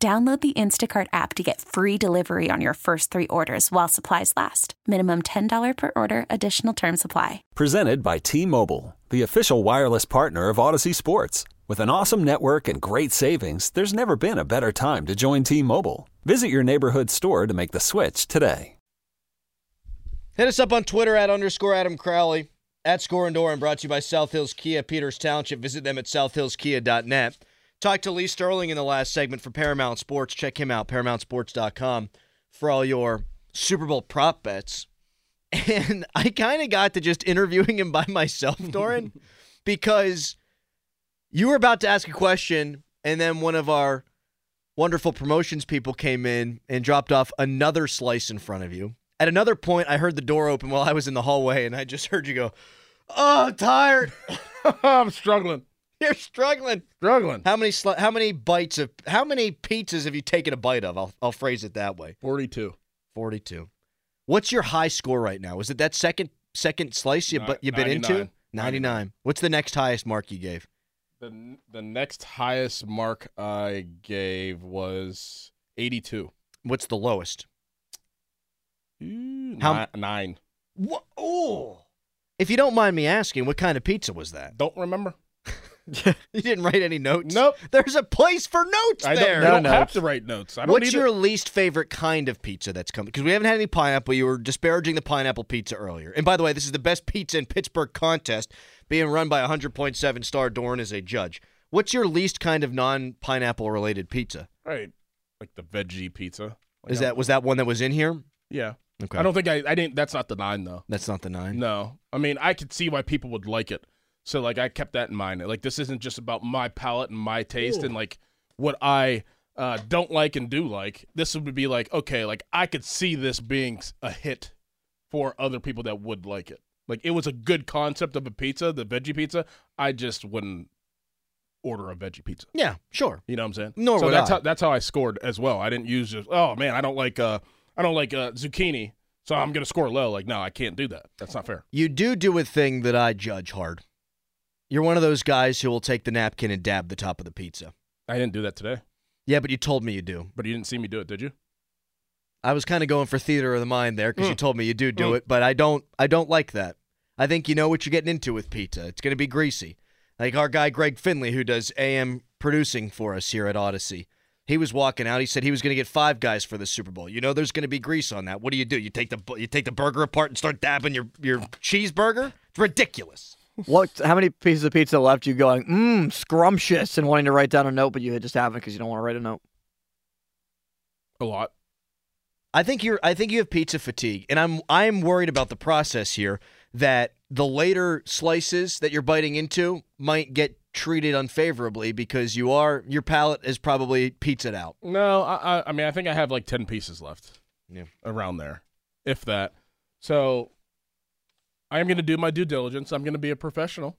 Download the Instacart app to get free delivery on your first three orders while supplies last. Minimum $10 per order, additional term supply. Presented by T Mobile, the official wireless partner of Odyssey Sports. With an awesome network and great savings, there's never been a better time to join T Mobile. Visit your neighborhood store to make the switch today. Hit us up on Twitter at underscore Adam Crowley, at Score and Door, and brought to you by South Hills Kia, Peters Township. Visit them at southhillskia.net. Talked to Lee Sterling in the last segment for Paramount Sports. Check him out, paramountsports.com, for all your Super Bowl prop bets. And I kind of got to just interviewing him by myself, Doran, because you were about to ask a question, and then one of our wonderful promotions people came in and dropped off another slice in front of you. At another point, I heard the door open while I was in the hallway, and I just heard you go, Oh, I'm tired. I'm struggling. You're struggling. Struggling. How many sli- how many bites of how many pizzas have you taken a bite of? I'll I'll phrase it that way. 42. 42. What's your high score right now? Is it that second second slice you Ni- but you bit 99. into? 99. What's the next highest mark you gave? The, n- the next highest mark I gave was 82. What's the lowest? How, nine, nine. What? Oh. If you don't mind me asking, what kind of pizza was that? Don't remember. You didn't write any notes. Nope. There's a place for notes I there. don't, I don't No have notes. to write notes. I don't What's need your to- least favorite kind of pizza that's coming? Because we haven't had any pineapple. You were disparaging the pineapple pizza earlier. And by the way, this is the best pizza in Pittsburgh contest being run by 100.7 star Dorn as a judge. What's your least kind of non pineapple related pizza? Right. Like the veggie pizza. Like Is I- that was that one that was in here? Yeah. Okay. I don't think I, I didn't. That's not the nine, though. That's not the nine. No. I mean, I could see why people would like it. So, like, I kept that in mind. Like, this isn't just about my palate and my taste and, like, what I uh, don't like and do like. This would be like, okay, like, I could see this being s- a hit for other people that would like it. Like, it was a good concept of a pizza, the veggie pizza. I just wouldn't order a veggie pizza. Yeah, sure. You know what I'm saying? Nor so would that's I. how that's how I scored as well. I didn't use just oh man, I don't like uh I don't like uh zucchini, so I'm gonna score low. Like, no, I can't do that. That's not fair. You do do a thing that I judge hard. You're one of those guys who will take the napkin and dab the top of the pizza. I didn't do that today. Yeah, but you told me you do. But you didn't see me do it, did you? I was kind of going for theater of the mind there because you Mm. told me you do do Mm. it, but I don't. I don't like that. I think you know what you're getting into with pizza. It's going to be greasy. Like our guy Greg Finley, who does AM producing for us here at Odyssey. He was walking out. He said he was going to get five guys for the Super Bowl. You know, there's going to be grease on that. What do you do? You take the bu- you take the burger apart and start dabbing your your cheeseburger. It's ridiculous. What? How many pieces of pizza left you going? Mmm, scrumptious, and wanting to write down a note, but you just haven't because you don't want to write a note. A lot. I think you're I think you have pizza fatigue and I'm I'm worried about the process here that the later slices that you're biting into might get treated unfavorably because you are your palate is probably pizzaed out. No, I I, I mean I think I have like ten pieces left. Yeah. Around there. If that. So I am gonna do my due diligence. I'm gonna be a professional.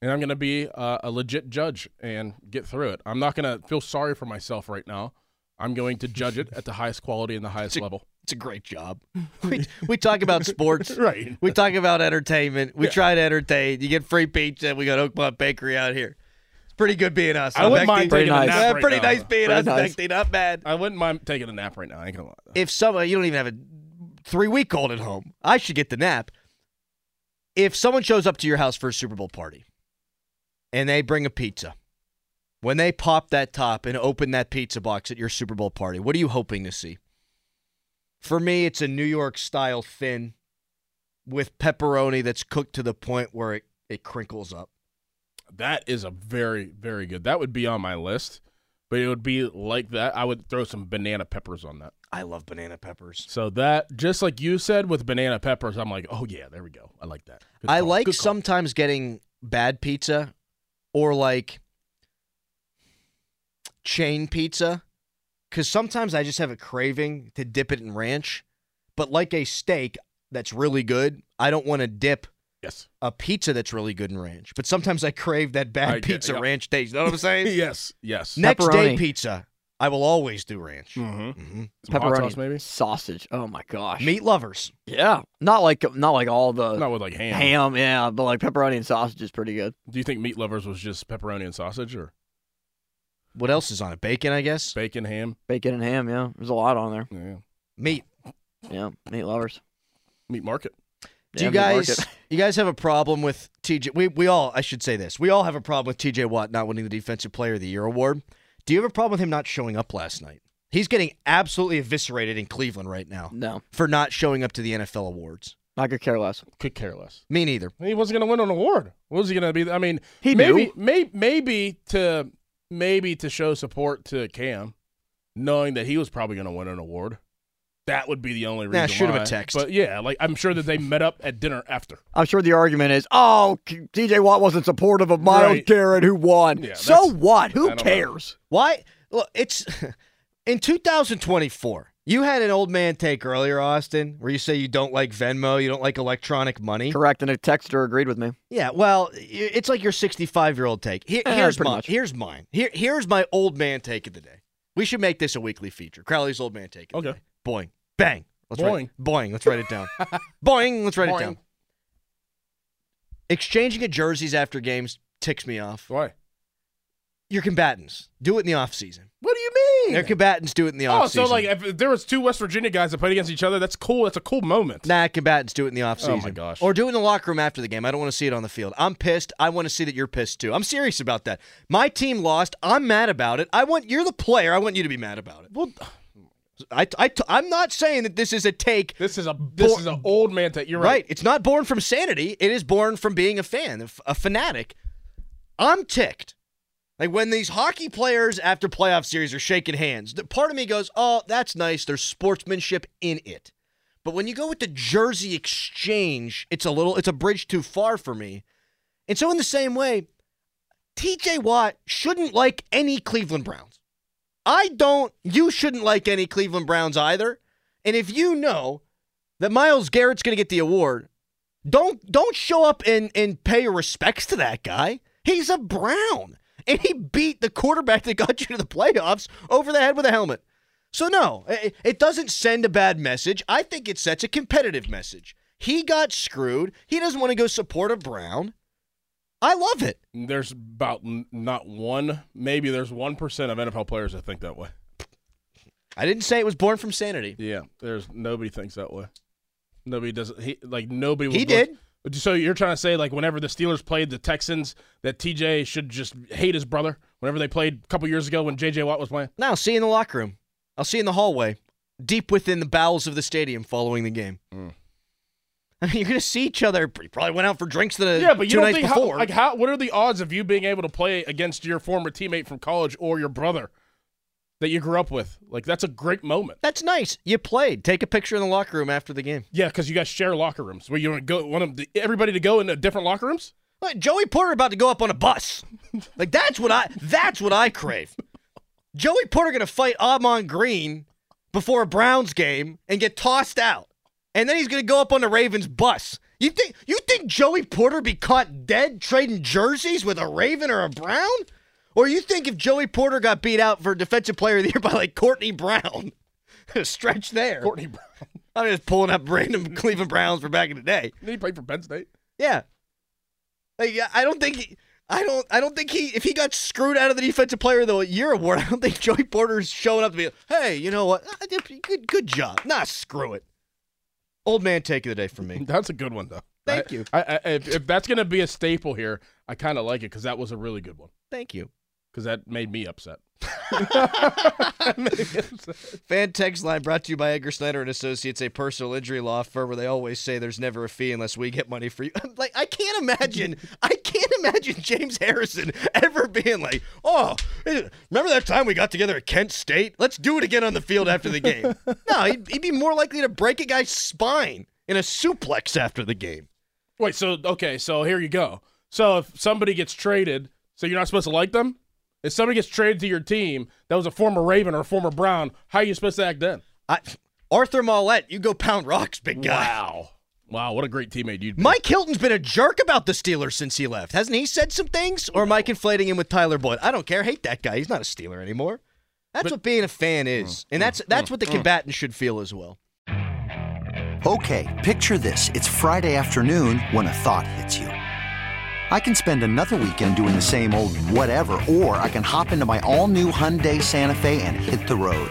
And I'm gonna be uh, a legit judge and get through it. I'm not gonna feel sorry for myself right now. I'm going to judge it at the highest quality and the highest It's a- level. It's a great job. We, we talk about sports. Right. We talk about entertainment. We Yeah. try to entertain. You get free pizza. We got Oakmont Bakery out here. It's pretty good being us. I huh, wouldn't Bechty? mind Pretty taking a nice. nap Yeah, right pretty now. nice being us, Pretty nice. Bechty. Not bad. I wouldn't mind taking a nap right now. I ain't gonna lie. if someone you don't even have a three week old at home, I should get the nap. If someone shows up to your house for a Super Bowl party and they bring a pizza, when they pop that top and open that pizza box at your Super Bowl party, what are you hoping to see? For me, it's a New York style thin with pepperoni that's cooked to the point where it, it crinkles up. That is a very, very good. That would be on my list, but it would be like that. I would throw some banana peppers on that. I love banana peppers. So that, just like you said with banana peppers, I'm like, oh yeah, there we go. I like that. Good I call. like Good call. sometimes getting bad pizza or like chain pizza because sometimes I just have a craving to dip it in ranch. But like a steak that's really good, I don't want to dip Yes. a pizza that's really good in ranch. But sometimes I crave that bad I get- pizza yep. ranch taste. You know what I'm saying? Yes. Yes. Next day Pepperoni. pizza, I will always do ranch. Mm-hmm. hmm Some hot sauce, maybe. sausage. Oh my gosh. Meat lovers. Yeah, not like not like all Uh, the Not with like ham. ham. Yeah, but like pepperoni and sausage is pretty good. Do you think meat lovers was just pepperoni and sausage or What else is on it? Bacon, I guess. bacon, ham? Bacon and ham. Yeah, there's a lot on there. Yeah. Meat. Yeah, meat lovers. Meat market. Do Yeah, you meat guys market. you guys have a problem with TJ? We we all I should say this. We all have a problem with TJ Watt not winning the Defensive Player of the Year award. Do you have a problem with him not showing up last night? He's getting absolutely eviscerated in Cleveland right now No, for not showing up to the NFL awards. I could care less. Could care less. Me neither. He wasn't going to win an award. What was he going to be? I mean, He maybe, knew. maybe, maybe to maybe to show support to Cam, knowing that he was probably going to win an award. That would be the only reason. Nah, shoot him a why. text. But yeah, like I'm sure that they met up at dinner after. I'm sure the argument is, oh, K- T.J. Watt wasn't supportive of Miles Right. Garrett, who won. Yeah, so that's- what? I Who don't know. cares? Why? Look, it's in 2024. You had an old man take earlier, Austin, where you say you don't like Venmo, you don't like electronic money. Correct, and a texter agreed with me. Yeah, well, y- it's like your 65 year old take. Here, Eh, here's pretty mine. much. Here's mine. Here, here's my old man take of the day. We should make this a weekly feature. Crowley's old man take. Of the Okay. day. Boing. Bang. Let's Write, boing. Let's write it down. boing. Let's write it down. Boing. Exchanging of jerseys after games ticks me off. Why? Your combatants do it in the off season. What do you mean? Their combatants do it in the oh, off so season. like if there was two West Virginia guys that played against each other, that's cool. That's a cool moment. Nah, combatants do it in the Oh, my offseason. gosh. Or do it in the locker room after the game. I don't want to see it on the field. I'm pissed. I want to see that you're pissed too. I'm serious about that. My team lost. I'm mad about it. I want you're the player. I want you to be mad about it. Well, I, I I'm not saying that this is a take. this is a this Bo- is an old man that you're Right. It's not born from sanity. It is born from being a fan, a f- a fanatic. I'm ticked. Like when these hockey players after playoff series are shaking hands, the part of me goes, "Oh, that's nice. There's sportsmanship in it." But when you go with the jersey exchange, it's a little it's a bridge too far for me. And so in the same way, TJ Watt shouldn't like any Cleveland Browns. I don't, you shouldn't like any Cleveland Browns either. And if you know that Miles Garrett's going to get the award, don't don't show up and and pay your respects to that guy. He's a Brown, and he beat the quarterback that got you to the playoffs over the head with a helmet. So no, it, it doesn't send a bad message. I think it sets a competitive message. He got screwed. He doesn't want to go support a Brown. I love it. There's about n- not one, maybe there's one percent of NFL players that think that way. I didn't say it was born from sanity. Yeah, there's nobody thinks that way. Nobody doesn't. He like nobody. He would did. look- so you're trying to say like whenever the Steelers played the Texans, that TJ should just hate his brother. Whenever they played a couple years ago when JJ Watt was playing. Now, I'll see you in the locker room. I'll see you in the hallway, deep within the bowels of the stadium following the game. Hmm. I mean, you're gonna see each other. You probably went out for drinks the Yeah, but you two don't nights think before. how, like how? What are the odds of you being able to play against your former teammate from college or your brother that you grew up with? Like that's a great moment. That's nice. You played. Take a picture in the locker room after the game. Yeah, because you guys share locker rooms. Where you want to go? Want 'em to- everybody to go into different locker rooms? Like, Joey Porter about to go up on a bus. like that's what I. That's what I crave. Joey Porter gonna fight Amon Green before a Browns game and get tossed out, and then he's gonna go up on the Ravens bus. You think you think Joey Porter be caught dead trading jerseys with a Raven or a Brown? Or you think if Joey Porter got beat out for defensive player of the year by like Courtney Brown, stretch there. Courtney Brown. I'm just pulling up random Cleveland Browns from back in the day. Did he play for Penn State? Yeah. Like yeah, I don't think he, I don't I don't think he if he got screwed out of the defensive player of the year award, I don't think Joey Porter's showing up to be like, hey, you know what? I did pretty good good job. Nah, screw it. Old man take of the day from me. That's a good one though. Thank I- you. I, I, if, if that's gonna be a staple here, I kind of like it because that was a really good one. Thank you. Because that made me upset. That made me upset. Fan text line brought to you by Edgar Snyder and Associates, a personal injury law firm where they always say there's never a fee unless we get money for you. like I can't imagine, I can't imagine James Harrison ever being like, oh, remember that time we got together at Kent State? Let's do it again on the field after the game. no, he'd, he'd be more likely to break a guy's spine in a suplex after the game. Wait, so okay, so here you go. So if somebody gets traded, so you're not supposed to like them? If somebody gets traded to your team that was a former Raven or a former Brown, how are you supposed to act then? I, Arthur Mollett, you go pound rocks, big guy. Wow. Wow, what a great teammate you'd be. Mike Hilton's been a jerk about the Steelers since he left. Hasn't he said some things? Or am I conflating him with Tyler Boyd? I don't care. Hate that guy. He's not a Steeler anymore. That's what being a fan is. Mm. And that's that's what the combatants should feel as well. Okay, picture this. It's Friday afternoon when a thought hits you. I can spend another weekend doing the same old whatever, or I can hop into my all new Hyundai Santa Fe and hit the road.